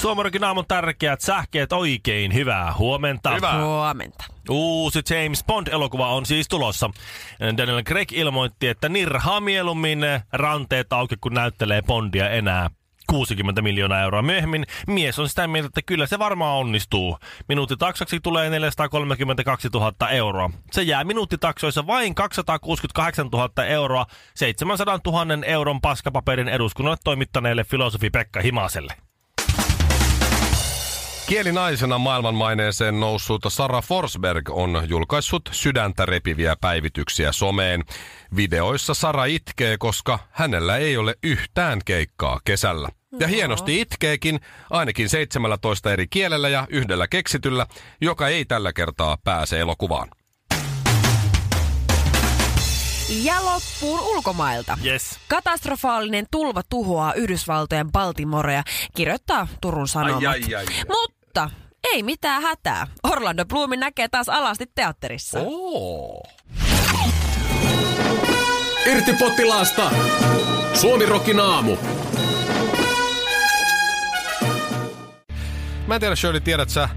Suomarokin aamun tärkeät sähkeet oikein. Hyvää huomenta. Hyvää. Huomenta. Uusi James Bond-elokuva on siis tulossa. Daniel Craig ilmoitti, että nirhaa mieluummin ranteet auki, kun näyttelee Bondia enää. 60 miljoonaa euroa myöhemmin. Mies on sitä mieltä, että kyllä se varmaan onnistuu. Minuuttitaksaksi tulee 432 000 euroa. Se jää minuuttitaksoissa vain 268 000 euroa 700 000 euron paskapaperin eduskunnalle toimittaneelle filosofi Pekka Himaselle. Kielinaisena maailmanmaineeseen noussut Sara Forsberg on julkaissut sydäntä repiviä päivityksiä someen. Videoissa Sara itkee, koska hänellä ei ole yhtään keikkaa kesällä. Ja hienosti itkeekin, ainakin 17 eri kielellä ja yhdellä keksityllä, joka ei tällä kertaa pääse elokuvaan. Ja loppuun ulkomailta. Yes. Katastrofaalinen tulva tuhoaa Yhdysvaltojen Baltimorea, kirjoittaa Turun Sanomat. ai, ai, ai. Mutta ei mitään hätää. Orlando Bloomin näkee taas alasti teatterissa. Oo. Irti potilaasta! Suomi Rokin aamu. Mä en tiedä, Shirley, tiedät sä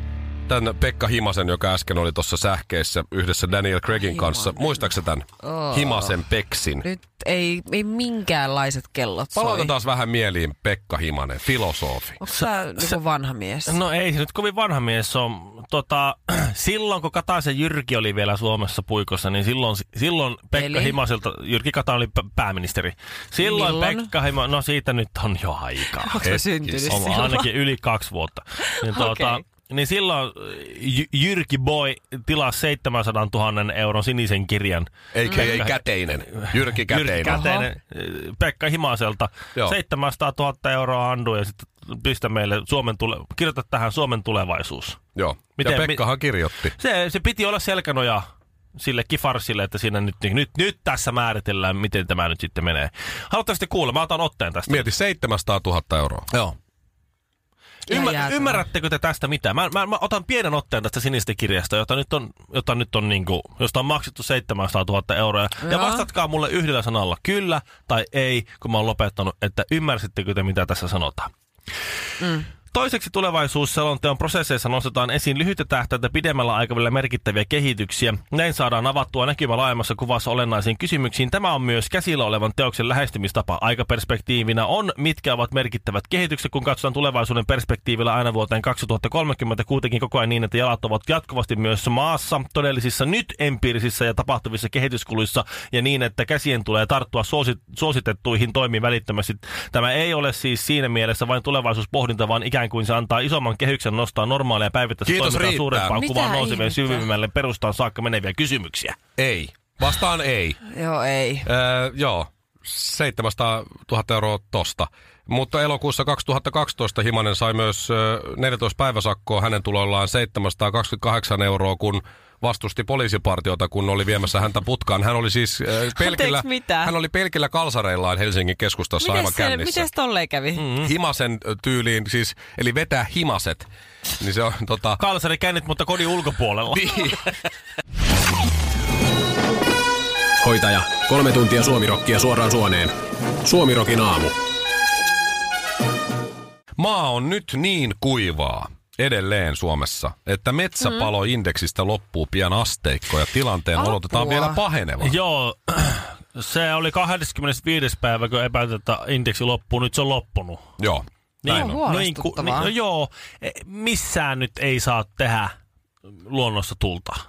tämän Pekka Himasen, joka äsken oli tuossa sähkeissä yhdessä Daniel Craigin kanssa. Muistaaksä tämän? Himasen Peksin. Nyt ei, ei minkäänlaiset kellot soi. Palautetaan taas vähän mieliin Pekka Himanen, filosofi. Onko sä joku niinku vanha mies? No ei se nyt kovin vanha mies on. Tota, silloin kun Kataisen Jyrki oli vielä Suomessa puikossa, niin silloin, silloin Pekka Eli? Himaselta, Jyrki Katainen oli p- pääministeri. Silloin Milloin? Pekka Hima, no siitä nyt on jo aikaa. Onko hetkis- sä syntynyt on On silloin? ainakin yli kaksi vuotta. Niin, tuota, Okei. niin silloin Jy- Jyrki Boy tilasi 700 000 euron sinisen kirjan Ei, ei käteinen. Jyrki Jyrki Käteinen. Käteinen äh, Pekka Himaselta. Joo. 700 000 euroa andu ja sitten pistä meille Suomen tule- kirjoita tähän Suomen tulevaisuus. Joo. Miten, Miten- ja Pekkahan kirjoitti. Se, se piti olla selkänoja sille kifarsille, että siinä nyt, niin, nyt, nyt tässä määritellään, miten tämä nyt sitten menee. Haluatteko sitten kuulla? Mä otan otteen tästä. Mieti 700 000 euroa. Joo. Ihan Ymmär, jäätävä. ymmärrättekö te tästä mitä? Mä, mä, mä, otan pienen otteen tästä sinisestä kirjasta, jota nyt on, jota nyt on niinku, josta on maksettu 700 000 euroa. Ja Joo. vastatkaa mulle yhdellä sanalla kyllä tai ei, kun mä oon lopettanut, että ymmärsittekö te mitä tässä sanotaan. Toiseksi tulevaisuusselonteon prosesseissa nostetaan esiin lyhyttä tähtäintä pidemmällä aikavälillä merkittäviä kehityksiä. Näin saadaan avattua näkymä laajemmassa kuvassa olennaisiin kysymyksiin. Tämä on myös käsillä olevan teoksen lähestymistapa. Aikaperspektiivinä on, mitkä ovat merkittävät kehitykset, kun katsotaan tulevaisuuden perspektiivillä aina vuoteen 2030 kuitenkin koko ajan niin, että jalat ovat jatkuvasti myös maassa, todellisissa nyt empiirisissä ja tapahtuvissa kehityskuluissa ja niin, että käsien tulee tarttua suosi- suositettuihin toimiin välittömästi. Tämä ei ole siis siinä mielessä vain tulevaisuuspohdinta, vaan ikään kuin se antaa isomman kehyksen nostaa normaaleja päivittäistä Kiitos, toimintaa riittää. suurempaan Mitä kuvaan nousevien ihmettä? syvimmälle perustaan saakka meneviä kysymyksiä. Ei. Vastaan ei. Joo, ei. Öö, joo. 700 000 euroa tosta. Mutta elokuussa 2012 Himanen sai myös ö, 14 päiväsakkoa hänen tuloillaan 728 euroa, kun vastusti poliisipartiota, kun oli viemässä häntä putkaan. Hän oli siis ö, pelkillä, Anteeksi, mitä? hän oli pelkillä kalsareillaan Helsingin keskustassa Miten aivan siellä, kännissä. Mm. mites tolleen kävi? Mm-hmm. Himasen ö, tyyliin, siis, eli vetää himaset. Niin se on tota... Kalsari kännit, mutta kodin ulkopuolella. Hoitaja, kolme tuntia suomirokkia suoraan suoneen. Suomi Rokin aamu. Maa on nyt niin kuivaa edelleen Suomessa, että metsäpaloindeksistä loppuu pian asteikko ja tilanteen Mm-hmm. Apua. odotetaan vielä pahenevan. Joo, se oli 25. päivä, kun epäiltiin, että indeksi loppuu. Nyt se on loppunut. Joo. Niin on huolestuttavaa. no joo, e, missään nyt ei saa tehdä luonnossa tulta.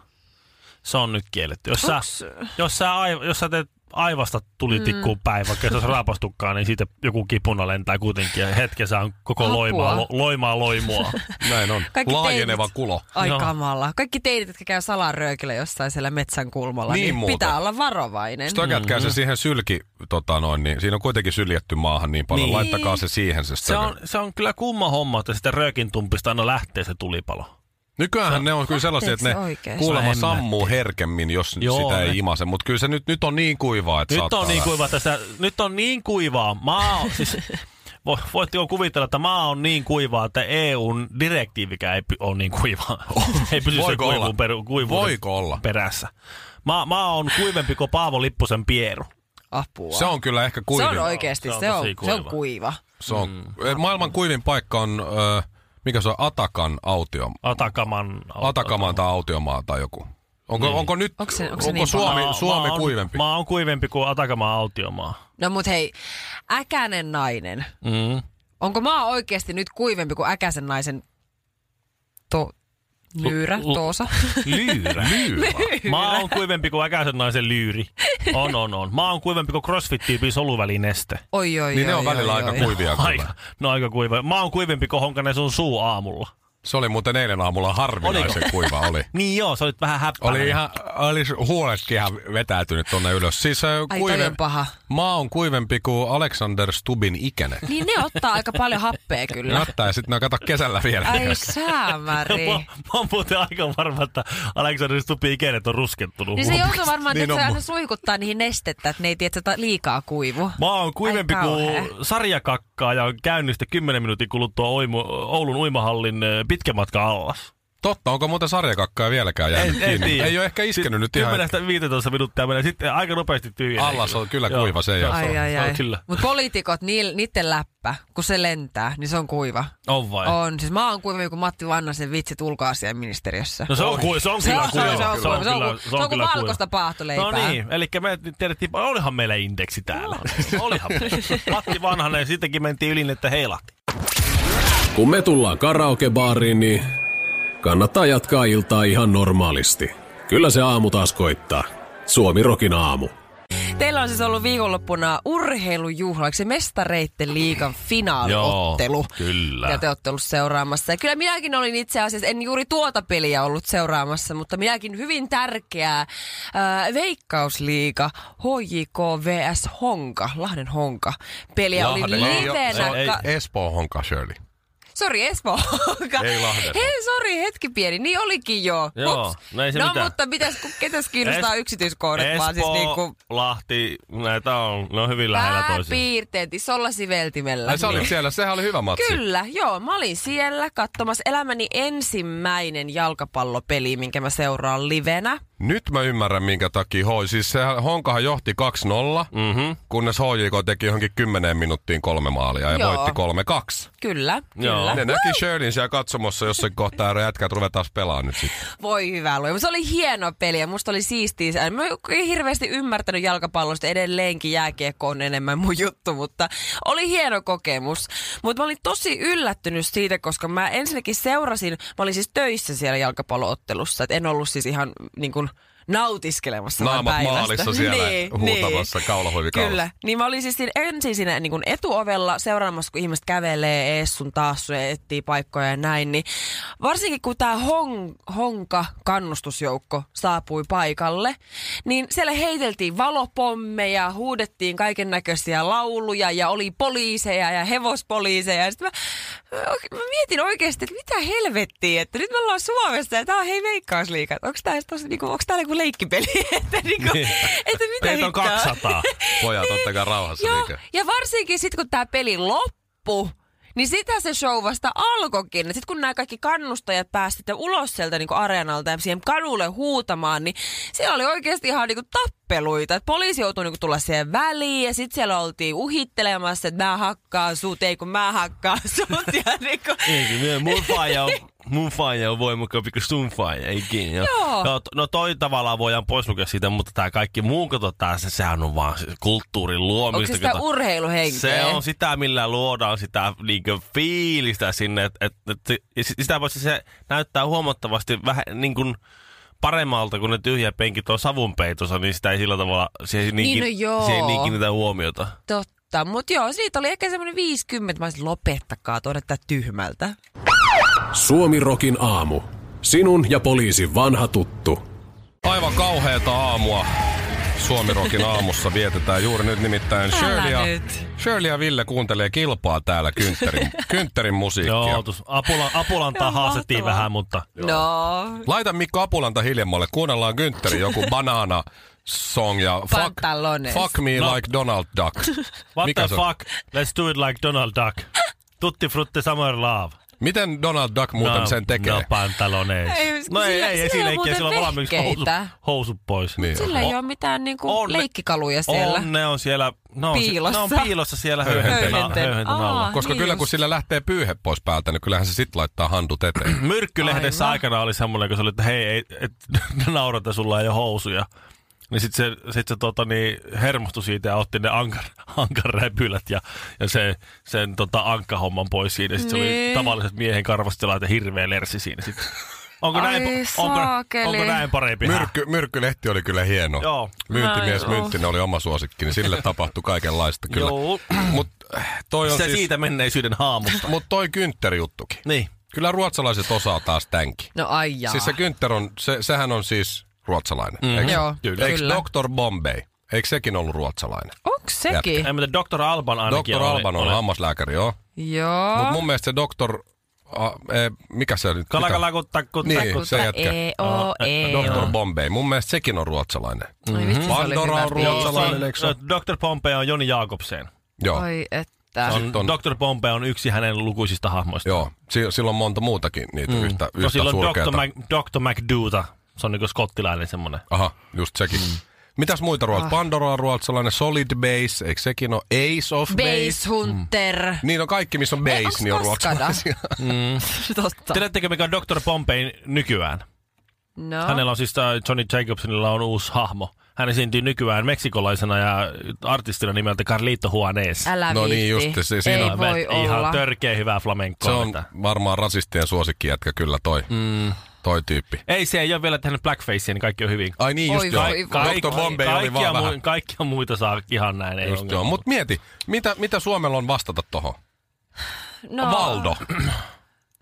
Se on nyt kielletty. Jos, sä, Onks- jos, sä, aiv- jos sä teet aivasta tulitikkuun mm. päin, vaikka jos raapastukkaan, niin siitä joku kipuna lentää kuitenkin. Ja hetkessä on koko Apua. loimaa, lo, loimaa loimua. Näin on. Kaikki Laajeneva teinit. kulo. Ai Joo. no. kamala. Kaikki teinit, jotka käy salaröökillä jossain siellä metsän kulmalla, Niin niin, niin muuten. pitää olla varovainen. Stökätkää se siihen sylki, tota noin, niin siinä on kuitenkin syljetty maahan niin paljon. Niin. Laittakaa se siihen se, se, stökö. on, se on kyllä kumma homma, että sitä röökin tumpista aina lähtee se tulipalo. Nykyäänhän ne on kyllä sellaisia, että ne Lähteekö se oikeesti? kuulemma No en mä sammuu herkemmin, jos Joo, Joo, sitä ne- ei imase. Mutta kyllä se nyt, nyt on niin kuivaa, että Nyt saattaa- on niin kuivaa tästä, nyt on niin kuivaa. Maa on, siis, vo- voitteko kuvitella, että maa on niin kuivaa, että EUn direktiivikään ei py, ole niin kuivaa. ei pysy sen Voiko olla? kuivuun, per, kuivuuden Voiko olla? perässä. Maa, maa on kuivempi kuin Paavo Lippusen pieru. Apua. Se on kyllä ehkä se kuivin. on oikeasti, Se on se on, tosi se on kuiva. kuiva. Se on, mm. Maailman kuivin paikka on, ö, mikä se on, Atakan autio. Atakaman. Atakamaan tai autiomaa tai joku. Onko, niin. onko nyt, Onko se- onko onko, se onko niin Suomi, Maa- Suomi maa on, kuivempi? Maa on kuivempi kuin Atakamaan autiomaa. No mut hei, äkäinen nainen. Mm. Onko maa oikeasti nyt kuivempi kuin äkäisen naisen to... Myyrä, Lu- lu- toosa. Lyyrä. Maa on kuivempi kuin äkäisen naisen lyyri. On, on, on. Maa on kuivempi kuin CrossFit-tyypin soluvälineste. Oi, oi, Niin ne oi, on oi, välillä oi, aika oi. kuivia kyllä. Aika, no aika kuiva. Mä oon kuivempi kuin Honkanen sun suu aamulla. Se oli muuten eilen aamulla harvinaisen kuiva oli. Niin joo, sä olit vähän häppäinen. Oli ihan, oli huoletkin ihan vetäytynyt tonne ylös. Siis ö, Ai, toi on kuivempi, paha. maa on kuivempi kuin Alexander Stubin ikäinen. Niin ne ottaa aika paljon happea kyllä. Näyttää ja sitten ne kato kesällä vielä. Ai säämäri. Mä, mä oon muuten aika varma, että Aleksander Stupin ikäinen on ruskettunut. Niin se joutuu varmaan Niin niin on aina mu- suihkuttaa niihin nestettä, että ne ei tiedä, että liikaa kuivu. Mä oon kuivempi Ai kauhea. kuin sarjakakkaa ja on käynyt sitten 10 minuutin kuluttua Oimu, Oulun uimahallin ö, pitkän matkan allas. Totta, onko muuten sarjakakkaa vieläkään jäänyt Ei- niin. ei kiinni? tiedä. ei ole ehkä iskenyt nyt ihan. 10-15 minuuttia menee sitten aika nopeasti tyhjenee. Allas on kyllä kuiva se Joo, jo. se on- Ai, ai, se on ai. Kyllä. Mutta poliitikot, niil, niiden läppä, kun se lentää, niin se on kuiva. On vai? On. Siis mä oon kuivempi kuin Matti Vannasen vitsit ulkoasiainministeriössä. No se on, kui, se on Se kyllä on- se on- kuiva. se on kuiva. Se on kyllä- ku- se on kuin kyllä valkoista kuiva. paahtoleipää. No niin, eli me nyt tiedettiin, olihan meillä indeksi täällä. Olihan meillä. Matti Vanhanen, sittenkin mentiin ylin, että heilahti. Kun me tullaan karaokebaariin, niin kannattaa jatkaa iltaa ihan normaalisti. Kyllä se aamu taas koittaa. Suomi Rokin aamu. Teillä on siis ollut viikonloppuna urheilujuhla, oliko se Mestareitten liikan finaaliottelu? kyllä. Ja te olette ollut seuraamassa. Ja kyllä minäkin olin itse asiassa, en juuri tuota peliä ollut seuraamassa, mutta minäkin hyvin tärkeää ää, Veikkausliiga HJK vs Honka, Lahden Honka. Peliä oli niin Lahden- ei oo- se livenä. on- ka- ei- Espoo honka Shirley. Sori, Espoo. Ei Lahden. Hei, sori, hetki pieni. Niin olikin jo. Joo, Ups. no ei se no mitään. mutta mitäs, kun- ketäs kiinnostaa Es- yksityiskohdat, vaan siis Espoo, niinku Lahti, näitä on, ne on hyvin lähellä toisiaan. pääpiirteet isolla niin siveltimellä. Ai sä olit siellä, sehän oli hyvä matsi. niin. Kyllä, joo. Mä olin siellä katsomassa elämäni ensimmäinen jalkapallopeli, minkä mä seuraan livenä. Nyt mä ymmärrän minkä takia hoi. Siis sehän, Honkahan johti 2-0, Mhm. mm-hmm. kunnes HJK teki johonkin 10 minuuttiin kolme maalia ja Joo. voitti 3-2. Kyllä, Joo. kyllä. Ne näki Shirleyn siellä katsomossa jossain kohtaa ja jätkät ruvetaan pelaamaan nyt sit. Voi hyvä luo. Se oli hieno peli ja musta oli siistiä. Mä en hirveästi ymmärtänyt jalkapallosta edelleenkin. Jääkiekko on enemmän mun juttu, mutta oli hieno kokemus. Mutta mä olin tosi yllättynyt siitä, koska mä ensinnäkin seurasin, mä olin siis töissä siellä jalkapalloottelussa. Et en ollut siis ihan niin kuin nautiskelemassa vaan Naamat päivästä. Niin, maalissa siellä huutamassa, kaulahuivi kaulassa. Kyllä, niin mä olin siis siinä, ensin siinä niin kuin etuovella seuraamassa, kun ihmiset kävelee ees sun taas ja etsii paikkoja ja näin. Niin varsinkin kun tämä hon, honka kannustusjoukko saapui paikalle, niin siellä heiteltiin valopommeja, huudettiin kaiken näköisiä lauluja ja oli poliiseja ja hevospoliiseja. Ja sit mä, mä, oike- mä mietin oikeasti, että mitä helvettiä, että nyt me ollaan Suomessa ja tää on hei veikkausliikat. Onko tää, edes tosi, niinku, onks tää joku leikkipeli? että, niinku, Niin. että mitä Teitä on hittoa? 200. Pojat, ottakaa rauhassa Joo, liike. ja varsinkin sitten kun tämä peli loppu, niin sitä se show vasta alkoikin. Sitten kun nämä kaikki kannustajat päästivät ulos sieltä niinku areenalta ja siihen kadulle huutamaan, niin siellä oli oikeasti ihan niinku tappeluita. Et poliisi joutui niinku tulla siihen väliin ja sitten siellä oltiin uhittelemassa, että mä hakkaan sut, ei kun mä hakkaan sut. Ja niinku, Ei, mun faija on, mun faija on voimakkaampi kuin sun faija, ei kiinni. Joo. Joo. No, to- no toi tavallaan voidaan poislukea siitä, mutta tämä kaikki muu, kato, tää, se, sehän on vaan siis kulttuurin luomista. onko se sitä kato. urheiluhenkeä? Se on sitä, millä luodaan sitä niinkö fiilistä sinne. Et, et, et, se- ja sit- sitä paitsi se näyttää huomattavasti vähän niin kuin paremmalta, kun ne tyhjät penkit on savun peitossa, niin sitä ei sillä tavalla, se ei niinkin, Niin, no joo. se ei niinkin niitä huomiota. Totta, mutta joo, siitä oli ehkä semmoinen 50, mä olisin lopettakaa tuoda tää tyhmältä. Suomi Rokin aamu. Sinun ja poliisin vanha tuttu. Aivan kauheeta aamua. Suomirokin aamussa vietetään juuri nyt nimittäin Älä Shirley ja, nyt. Shirley ja Ville kuuntelee kilpaa täällä Kyntterin, Kyntterin musiikkia. Joo, tus, apula, apulantaa haastettiin mahtavaa. vähän, mutta No, Laita Mikko Apulanta hiljemmalle, kuunnellaan Kyntterin joku banana song ja fuck, Pantalones. fuck me No. like Donald Duck. what Mikä the se on? fuck, let's do it like Donald Duck. Tutti frutti summer love. Miten Donald Duck muuten no, sen tekee? No pantaloneis. Ei, siis no ei, sillä- ei sillä esileikkiä, on sillä on muuten valmiiksi housu, vehkeitä. housut pois. Niin. sillä ei ole mitään niinku On ne- leikkikaluja siellä. On, ne on siellä, ne on, si- Piilossa. Ne on piilossa siellä Höyhenten. höyhenten, höyhenten Aa. alla. Koska Niin kyllä just. kun sillä lähtee pyyhe pois päältä, niin kyllähän se sit laittaa handut eteen. Myrkkylehdessä Aivan. aikana oli semmoinen, kun se oli, että hei, ei, et, naurata, sulla ei ole housuja. Niin sit se, sit se tota, niin, hermostui siitä ja otti ne ankar, ankarräpylät ja, ja se, sen tota, ankkahomman pois siinä. Sitten se oli Niin. tavalliset miehen karvastilaat ja hirveä lersi siinä sitten. Onko, Ai näin, pa- onko, saakeli. onko näin parempi? häh? Myrkky, myrkkylehti oli kyllä hieno. Joo. Myyntimies Ai, oh. Mynttinen oli oma suosikki, niin sille tapahtui kaikenlaista kyllä. Joo. Mut toi on Se siis, siitä menneisyyden haamusta. Mut toi Kyntter juttukin. niin. Kyllä ruotsalaiset osaa taas tänki. No ai jaa. Mhm. Siis se Günther on, se, sehän on siis ruotsalainen. Mm. Joo, kyllä. Eikö Dr. Bombay, eikö sekin ollut ruotsalainen? Onks sekin? Ei, mutta Dr. Alban ainakin Dr. oli- Alban on oli- hammaslääkäri, joo. Joo. Mutta mun mielestä se Dr. A, e, mikä se oli? Kala, Mikä? kala, kun takku, takku. Niin, se jätkä. Tota, Ei, oo, ei. oo. Dr. Bombay. Mun mielestä sekin on ruotsalainen. Ai vitsi, se oli Pandora hyvä on biisi. ruotsalainen, eikö se ole? Dr. äh, Pompeo on Joni Jakobsen. Joo. Ai että. On, on- Dr. Pompeo on yksi hänen lukuisista hahmoista. Joo, si- sillä on monta muutakin niitä mm. yhtä, no yhtä silloin surkeata. Dr. Mac, Dr. McDuta. Se on niinku skottilainen semmonen. Aha, just sekin. Mm. Mitäs muita ruotsalaisia? Ah. Pandora on ruotsalainen, Solid Base, eikö sekin ole? Ace of Base. Base Hunter. Niin on kaikki, missä on Ei, base, onks niin on Kaskada? ruotsalaisia. Mm. Totta. Tiedättekö mikä on Dr. Pompei nykyään? No. Hänellä on siis tää Johnny Jacobsonilla on uusi hahmo. Hän esiintyy nykyään meksikolaisena ja artistina nimeltä Carlito Juanes. No, Älä No niin, viitti. just, se- siinä Ei on- voi Ihan olla. törkeä hyvää flamenkkoa. Se on vetää. varmaan rasistien suosikki jätkä kyllä toi, mm. toi tyyppi. Ei, se ei ole vielä tehnyt blackfacea, niin kaikki on hyvin. Ai niin, just Oi, joo. voi, voi. Dr. Bombay oli vaan kaikkia, vähän. kaikkia muita saa ihan näin. Ei Just joo. ongelma. Mut mieti, mitä, mitä Suomella on vastata tohon? No, Valdo.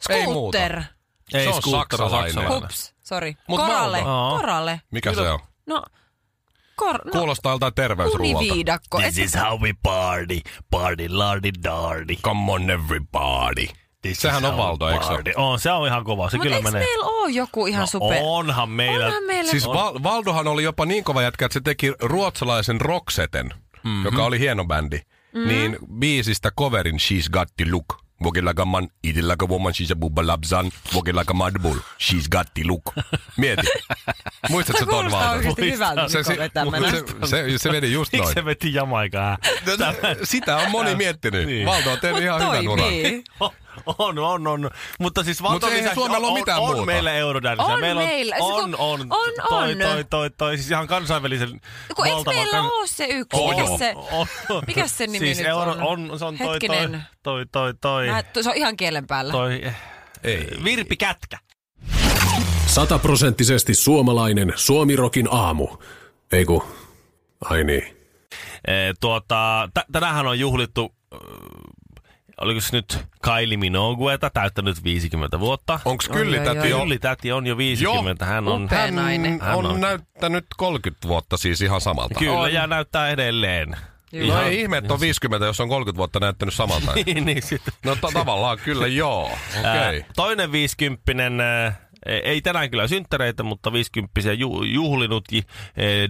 Ei muuta. Scooter. ei, se on Scooter saksalainen. Hups, sori. Mut Koralle, Valdo. Aa. koralle. Mikä se on? No, kor... No, Kuulostaa joltain terveysruualta. univiidakko. Et, This is how we party. Party, lardy, dardy. Come on everybody. This Sehän is on how Valdo, we eikö se ole? party. On, se on ihan kova. Se mut kyllä eiks menee. meillä oo joku ihan No, super? Onhan meillä. Onhan meillä. Siis Val- Valdohan oli jopa niin kova jätkä, että se teki ruotsalaisen Roxeten, Mhm. mm-hmm. joka oli hieno bändi, mm-hmm. niin biisistä coverin She's Got the Look. Walking like a man, eating like a woman, she's a booba labzan, walking like a madbull, she's got the look. Mieti. Muistatko Sä sä ton kuulostaa Valdon? oikeesti hyvältä Se, Mikon vetämänä. se, se, se, se vedi just Miksi Äh, noin. se veti Jamaikaa? No, se- Sitä on moni miettinyt. Niin. Valdo on tehnyt ihan hyvän uran. niin. toimii. On, on, on. Mutta siis Valton Mutta eihän lisäksi Suomella on, ole mitään on, muuta. meillä Eurodance. On meillä on, meillä. Se On, kun- on, on, Toi, on. toi, toi, toi. Siis ihan kansainvälisen Kun eiks valtavan... meillä oo se yksi? On, Mikä on, se? on, on. Mikäs sen nimi siis nyt euro, on? on? Se on toi, toi, Hetkinen. toi, toi, toi, Mä- Se on ihan kielen päällä. toi. eh, Ei. Virpi Kätkä. Sataprosenttisesti suomalainen Suomirokin aamu. Eiku, ai niin. Ee, tuota, tä- tänähän on juhlittu, äh, oliko se nyt Kylie Minogueta, täyttänyt 50 vuotta. Onks Oi, Kylli oi, täti oi. jo? Kylli täti on jo 50, hän on Upea nainen. Hän Hän on- on näyttänyt 30 vuotta siis ihan samalta. kyllä ja näyttää edelleen. Kyllä. No ei ihme, että on 50, jos on 30 vuotta näyttänyt samalta. Niin, niin sitten. No ta- tavallaan kyllä joo, okei. Okay. Toinen viisikymppinen, äh, ei tänään kyllä synttäreitä, mutta viisikymppisiä ju- juhlinut äh,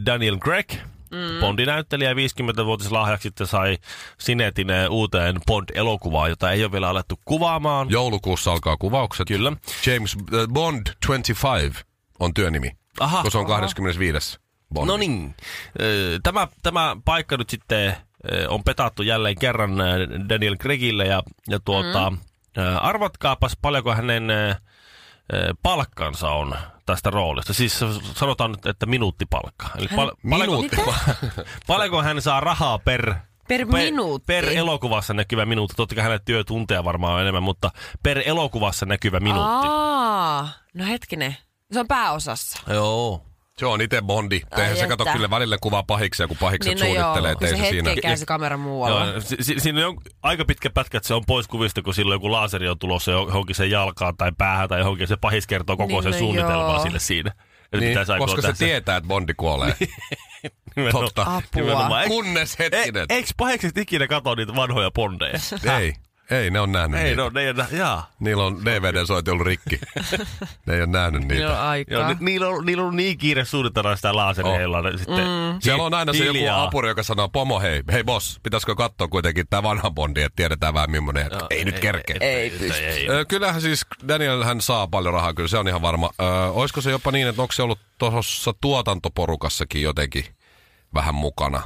Daniel Gregg. Mm. Bondinäyttelijä 50-vuotias lahjaksi sitten sai Sinetin äh, uuteen Bond-elokuvaan, jota ei ole vielä alettu kuvaamaan. Joulukuussa alkaa kuvaukset. Kyllä. James äh, Bond 25 on työnimi, Aha. kun se on 25. Bond. No niin. Ö, Tämä, tämä paikka nyt sitten ö, on petattu jälleen kerran ö, Daniel Craigille ja, ja tuota, mm. arvatkaapas paljonko hänen ö, ö, palkkansa on tästä roolista. Siis sanotaan nyt, että minuuttipalkka. Eli pal- paljonko, Minuutti. paljonko hän saa rahaa per Per minuutti? Per elokuvassa näkyvä minuutti. Totta kai hänen työtunteja varmaan on enemmän, mutta per elokuvassa näkyvä minuutti. Aa, no hetkinen. Se on pääosassa. Joo. Se on itse Bondi. Eihän se että. kato kyllä välillä kuvaa pahiksia, kun pahikset Niin no joo, suunnittelee, kun ettei se se, siinä. hetkenkään se kamera muualla. Joo, si- si- siinä on jon- aika pitkä pätkä, että se on pois kuvista, kun silloin joku laaseri on tulossa jo- johonkin sen jalkaan tai päähän tai johonkin. Se pahis kertoo koko Niin, sen no suunnitelmaa joo. sille siinä. Nyt Niin, pitäisi aikoa koska se tässä. Niin. tietää, että Bondi kuolee. Nimenomaan- Totta. Apua. nimenomaan. Eiks- Kunnes hetkinen. E- Eikö paheksit ikinä katso niitä vanhoja bondeja? Ei, ei ne on nähnyt Ei, niitä. no ne ei enää, jaa. Niillä on DVD-soiti ollut rikki. ne ei ole nähnyt Niillä on niitä. Joo, aikaa. ni, niillä, on, niillä on ollut niin kiire suunnitella sitä On. laaseria, oh. sitten mm. Siellä on aina se joku apuri, joka sanoo, pomo hei, hei boss, pitäisikö katsoa kuitenkin tämä vanha Bondi, että tiedetään vähän millainen. Joo, ei, nyt kerkeä. Ei pysty. ei. Ö, Kyllähän siis Daniel hän saa paljon rahaa, kyllä se on ihan varma. Ö, olisiko se jopa niin, että onko se ollut tuossa tuotantoporukassakin jotenkin vähän mukana?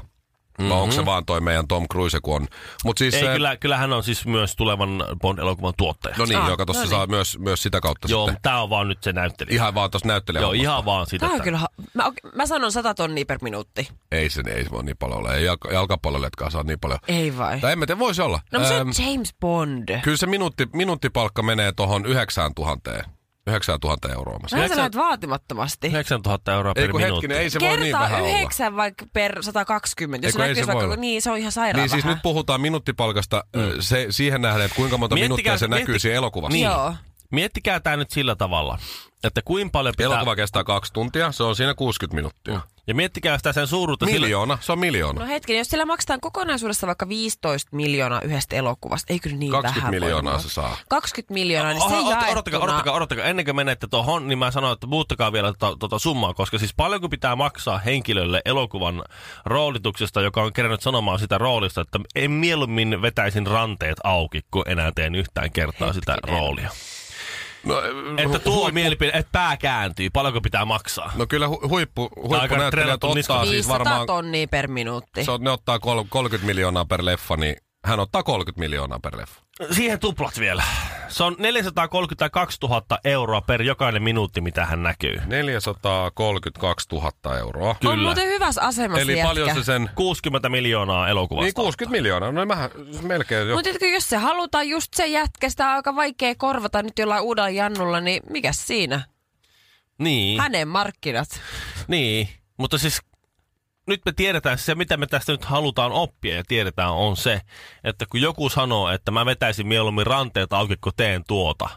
Mm-hmm. No onko se vaan toi meidän Tom Cruise, kun on. Mut siis ei se, kyllä, kyllähän on siis myös tulevan Bond-elokuvan tuottaja. No niin, Ah, ah, joka tuossa no no niin. niin. saa myös, myös sitä kautta Joo, sitten. mutta tämä on vaan nyt se näyttelijä. Ihan vaan tuossa näyttelijä. Joo, ihan vaan sitä. Tää on että- kyllä, ha- mä, ok- mä sanon 100 tonnia per minuutti. Ei sen, ei se voi niin paljon olla. Ei jalka, jalkapalloilijatkaan saa niin paljon. Ei vai? Tai en mä tiedä, voisi olla. No se Öm, on James Bond. Kyllä se minuutti, minuuttipalkka menee tuohon 9000, 9000 euroa. mä sanon. Vähän sä Yhdeksän- lähdet vaatimattomasti. 9000 euroa Ei per kun minuutti. hetkinen, ei se voi niin Kertaa vähän olla. yhdeksän vaikka per 120. Jos Ei, kun ei näkyisi se vaikka, voi olla. niin se on ihan sairaan Niin siis vähän. nyt puhutaan minuuttipalkasta mm. se, siihen nähden, että kuinka monta Miettikää- minuuttia se mietti- näkyy siinä elokuvassa. Niin. Joo. Miettikää tämä nyt sillä tavalla, että kuinka paljon pitää... Elokuva kestää kaksi tuntia, se on siinä 60 minuuttia. Mm. Ja miettikää sitä sen suuruutta sillä... Miljoona, se on miljoona. No hetken, jos sillä maksetaan kokonaisuudessa vaikka 15 miljoonaa yhdestä elokuvasta, eikö niin 20 vähän voi miljoonaa olla? se saa. 20 miljoonaa, niin se Oho, jaettuna... odottakaa, odottakaa, odottakaa, odottakaa. Ennen kuin menette tuohon, niin mä sanoin, että muuttakaa vielä tuota, tuota summaa, koska siis paljonko pitää maksaa henkilölle elokuvan roolituksesta, joka on kerännyt sanomaan sitä roolista, että en mieluummin vetäisin ranteet auki, kun enää teen yhtään kertaa sitä roolia. No, Että hu- tuo huippu- mielipide, että pää kääntyy, paljonko pitää maksaa. No kyllä hu- huippu, huippunäyttelijät trellattu ottaa niska. siis 500 varmaan, tonnia per minuutti. se, on- ne ottaa kol- 30 miljoonaa per leffa, niin hän ottaa 30 miljoonaa per leffa. Siihen tuplat vielä. Se on 432 000 euroa per jokainen minuutti, mitä hän näkyy. 432 000 euroa. on muuten hyvässä asemassa Eli jätkä. paljon se sen... 60 miljoonaa elokuvasta. Niin 60 miljoonaa, no mähän melkein jo. Mutta tiedätkö, jos se halutaan just se jätkä, sitä on aika vaikea korvata nyt jollain uudella jannulla, niin mikä siinä? Niin. Hänen markkinat. Niin, mutta siis nyt me tiedetään se, mitä me tästä nyt halutaan oppia ja tiedetään on se, että kun joku sanoo, että mä vetäisin mieluummin ranteet auki, kun teen tuota,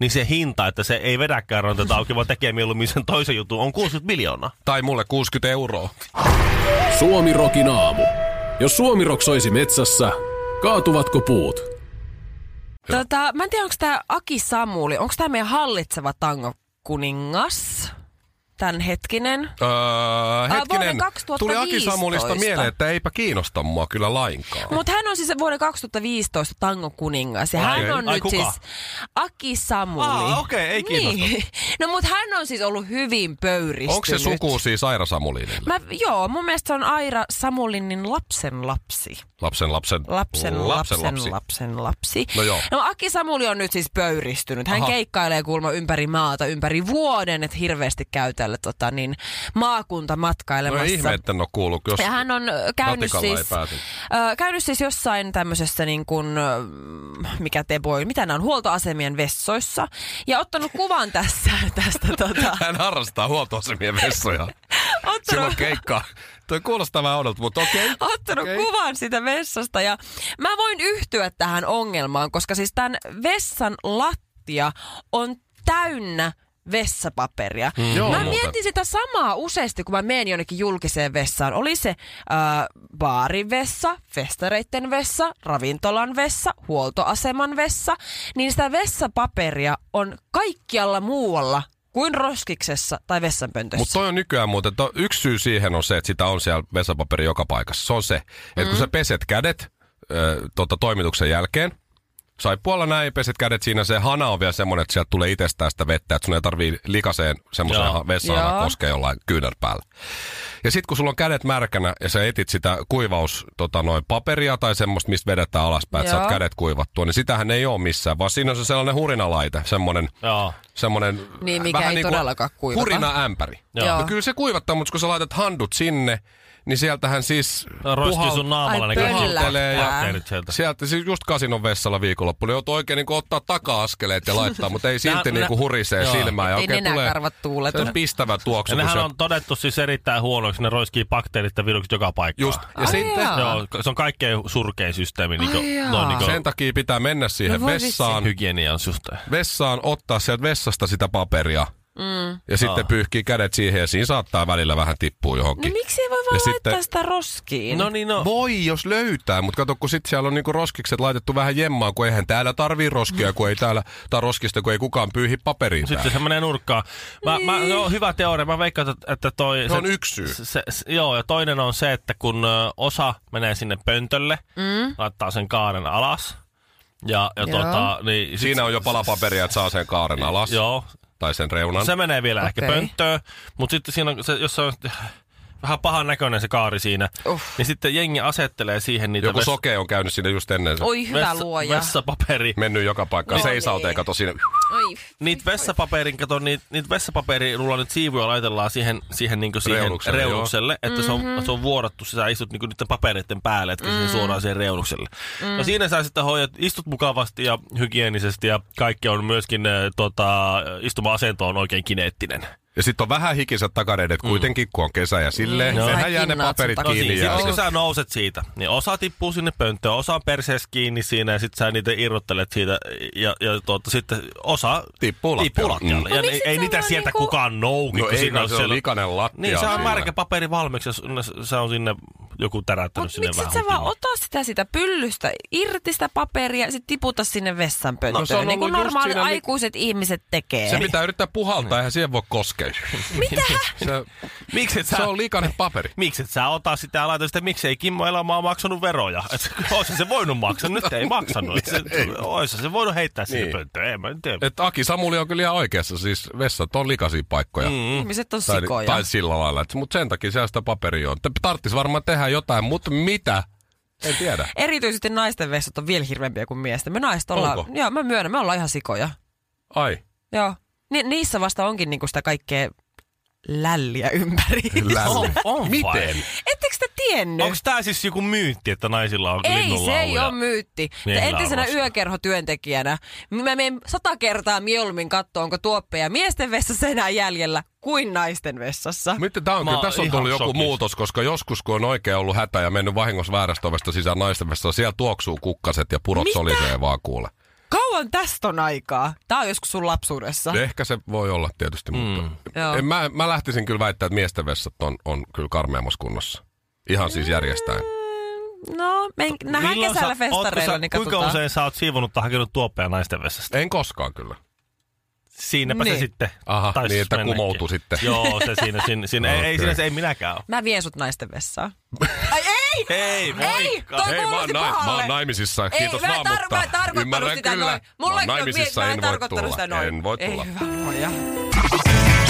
niin se hinta, että se ei vedäkään ranteita auki, vaan tekee mieluummin sen toisen jutun, on 60 miljoonaa. Tai mulle 60 euroa. Suomi Rokin aamu. Jos Suomi Rock soisi metsässä, kaatuvatko puut? Tota, mä en tiedä, onko tämä Aki Samuli, onko tämä meidän hallitseva tango kuningas? Tän hetkinen. Öö, hetkinen, vuonna tuli Aki 2015. Samulista mieleen, että eipä kiinnosta mua kyllä lainkaan. Mutta hän on siis vuoden 2015 tango kuningas. Ja Ai, hän on ai, nyt kuka? siis Aki Samuli. Aa, okei, ei kiinnosta. Niin. No mutta hän on siis ollut hyvin pöyristynyt. Onko se suku siis Aira Samulinen? Mä, joo, mun mielestä se on Aira Samulinin lapsen lapsi. Lapsen lapsen. No, Lapsen, lapsen, lapsi. lapsen, lapsen lapsi. No joo. no Aki Samuli on nyt siis pöyristynyt. Hän Aha. keikkailee kuulma ympäri maata, ympäri vuoden, että hirveästi käy tällä tota, niin, maakunta No ei matkailemassa. ihme, etten ole kuullut, jos ja hän on ö, käynyt Matikalla ei siis, pääse. ö, käynyt siis jossain tämmöisessä, niin kuin, ö, mikä te voi, mitä nämä on, huoltoasemien vessoissa. Ja ottanut kuvan tässä, tästä tota, hän harrastaa huoltoasemien vessoja. Silloin ottanut, keikkaa. Toi kuulostaa vähän oudolta, mutta okei. ottanut Okei. kuvan sitä vessasta ja mä voin yhtyä tähän ongelmaan, koska siis tämän vessan lattia on täynnä vessapaperia. Mm, joo, mä muuten. mietin sitä samaa useasti, kun mä menen jonnekin julkiseen vessaan. Oli se ää, baarivessa, festareitten vessa, ravintolan vessa, huoltoaseman vessa. Niin sitä vessapaperia on kaikkialla muualla kuin roskiksessa tai vessanpöntössä. Mutta toi on nykyään muuten, to, yksi syy siihen on se, että sitä on siellä vesapaperi joka paikassa. Se on se, että Mm. kun sä peset kädet ö, tota, toimituksen jälkeen, saippualla näin, peset kädet siinä, se hana on vielä semmoinen, että sieltä tulee itsestään sitä vettä, että sun ei tarvii likaseen semmoiseen Joo. ha- vessaan Joo. koskea jollain kyynär päällä. Ja sitten kun sulla on kädet märkänä ja sä etit sitä kuivaus, tota, noin paperia tai semmoista, mistä vedetään alaspäin, että Joo. saat kädet kuivattua, niin sitähän ei ole missään, vaan siinä on se sellainen hurinalaite, semmoinen Joo. semmoinen Niin, mikä vähän ei niinku todellakaan kuivata. Hurina ämpäri. Joo. Joo. No kyllä se kuivattaa, mutta kun sä laitat handut sinne, niin sieltähän siis Roski sun naamalla Ai, ne kaikki pöllähtää. bakteerit sieltä. Sieltä siis just kasinon vessalla viikonloppuna joutui oikein niin ottaa taka-askeleet ja laittaa, mutta ei silti nä- niin hurisee joo. silmään. Ja Ettei oikein tulee nenäkarvat tuuletu. sellainen pistävä tuoksu. Ja kun nehän se- on todettu siis erittäin huonoiksi, ne roiskii bakteerit ja virukset joka paikkaan. Just. Ja Ai sitten, jaa. Joo, se on kaikkein surkein systeemi. Niin Ai jaa. kuin, no, niin sen kuin, takia pitää mennä siihen No voi vessaan, hygienia on just. vessaan, ottaa sieltä vessasta sitä paperia Mm. Ja sitten pyyhkii kädet siihen ja siinä saattaa välillä vähän tippua No johonkin. miksi ei voi Ja vaan laittaa sitten- sitä roskiin? No niin, no. Voi, jos löytää, mutta kato, kun sit siellä on niinku roskikset laitettu vähän jemmaa, kun eihän täällä tarvii roskia, kun ei täällä, tai roskista, kun ei kukaan pyyhi paperiin Sitten se menee nurkkaan. Mä, niin. mä, se on hyvä teoria. Mä veikkaan, että- että toi... Se on yksi syy. Se, se, joo, ja toinen on se, että kun ö, osa menee sinne pöntölle, mm. laittaa sen kaaren alas. Ja, ja Joo. tota, niin sit, Siinä on jo palapaperia, että saa sen kaaren alas Joo, tai sen reunan. se menee vielä okay. ehkä Okei. pönttöön, mutta sitten siinä on, se, jos se on vähän pahan näköinen se kaari siinä, Uff. niin sitten jengi asettelee siihen niitä Joku ves- soke on käynyt sinne just ennen. se- Oi hyvä luoja. vessapaperi. Mennyt joka paikkaan. No niin. Seisauteen kato siinä. Oi. Niitä vessapaperin, kato, niitä, niitä vessapaperirulla nyt siivuja laitellaan siihen, siihen, niin siihen Reunukselle, reunukselle, reunukselle että mm-hmm. Mhm. se, on, se on vuodattu, sä istut niin niiden papereiden päälle, etkä Mm. mm-hmm. suoraan siihen reunukselle. Mm-hmm. No siinä sä sitten hoidat, istut mukavasti ja hygienisesti ja kaikki on myöskin äh, tota, istuma-asento on oikein kineettinen. Ja sitten on vähän hikiset takaredet Mm. kuitenkin, kun on kesä ja silleen. Mm. Mm. Joo. Sehän jää ne Kinnat paperit sun No kiinni. siinä, ja sitten No. kun sä nouset siitä, niin osa tippuu sinne pönttöön, osa on perseessä kiinni siinä ja sitten sä niitä irrottelet siitä ja, ja tuota, sitten osa Tippuu tippuu lattialle. lattialle. No Ja miksi ei, et ei sä niitä vaan sieltä niinku- kukaan nouki, No kun ei, siinä on kun se on siellä- likainen lattia. Niin, se on siinä. märkä paperi valmiiksi, jos n- se on sinne joku täräyttänyt Mutta sinne miksi vähän. et sä vaan hutimaan. ota sitä sitä pyllystä irti sitä paperia ja sit tiputa sinne No vessanpöntöön, se on no, niin kuin ollut just normaalit siinä, niin- aikuiset ihmiset tekee. Se pitää yrittää puhaltaa, eihän siihen voi koskea. Mitä? Se, Miksi et sä... se on likainen paperi. Miksi et sä ota sitä ja laita sitä, miksei Kimmo Elomaa maksanut veroja? Et, ois se voinut maksaa, nyt ei maksanut. Et, se, ois se voinut heittää sinne Niin. pönttöön, ei mä nyt tiedä. Et Aki Samuli on kyllä ihan oikeassa, siis vessat on likaisia paikkoja. Mm. Ihmiset on Tai, sikoja. tai sillä lailla, mutta sen takia siellä sitä paperia on. Tarttis varmaan tehdä jotain, mutta mitä? En tiedä. Erityisesti naisten vessat on vielä hirveämpiä kuin miesten. Me naiset ollaan, Onko? joo mä myönnän, me ollaan ihan sikoja. Ai, Joo. Ni- niissä vasta onkin niinku sitä kaikkea lälliä ympäri. lämmin. on Miten? Ettekö te tiennyt? Onko tämä siis joku myytti, että naisilla on Niin. Ei, linnulla se ei ole myytti. Mutta Miehillä on entisenä roskaa. yökerhotyöntekijänä niin mä menen sata kertaa mieluummin katsoa, onko tuoppeja miesten vessassa enää jäljellä kuin naisten vessassa. Miten tää on Mä kyllä, oon tässä on ihan tullut joku shokissa. muutos, koska joskus kun on oikein ollut hätä ja mennyt vahingossa väärästä ovesta sisään naisten vessaan, siellä tuoksuu kukkaset ja purot solisee vaan kuule. Kauan tästä on aikaa. Tää on joskus sun lapsuudessa. Ehkä se voi olla tietysti, Mm. mutta Joo. en, mä, mä lähtisin kyllä väittämään, että miesten vessat on, on kyllä karmeammassa kunnossa. Ihan siis järjestään. Mm, No, men, nähdään Milloin sä- kesällä ootko festareilla, sä- niin Kuinka katsotaan. usein sä oot siivonut tai hakenut tuoppeja naisten vessasta? En koskaan kyllä. Siinäpä Niin. se sitten Aha, taisi niin, että mennäkin. kumoutui sitten. Joo, se siinä, siinä, siinä ei, Okei. ei, siinä se ei minäkään ole. Mä vien sut naisten vessaan. Ai ei! Ei, Ei, moikka. toi Hei, mä oon, kuulosti nai- mä pahalle. oon naimisissa. Ei, Kiitos mä en tar- vaan, mutta mä en tarkoittanut ymmärrän sitä kyllä. noin. Mä oon Mullekin on naimisissa, mie- mä en en voi tarkoittanut tulla. sitä noin. En voi tulla. Ei hyvä luoja.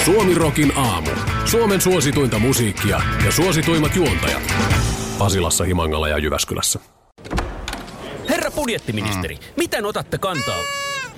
Suomirokin aamu. Suomen suosituinta musiikkia ja suosituimmat juontajat. Pasilassa, Himangalla ja Jyväskylässä. Herra budjettiministeri, mm. miten otatte kantaa?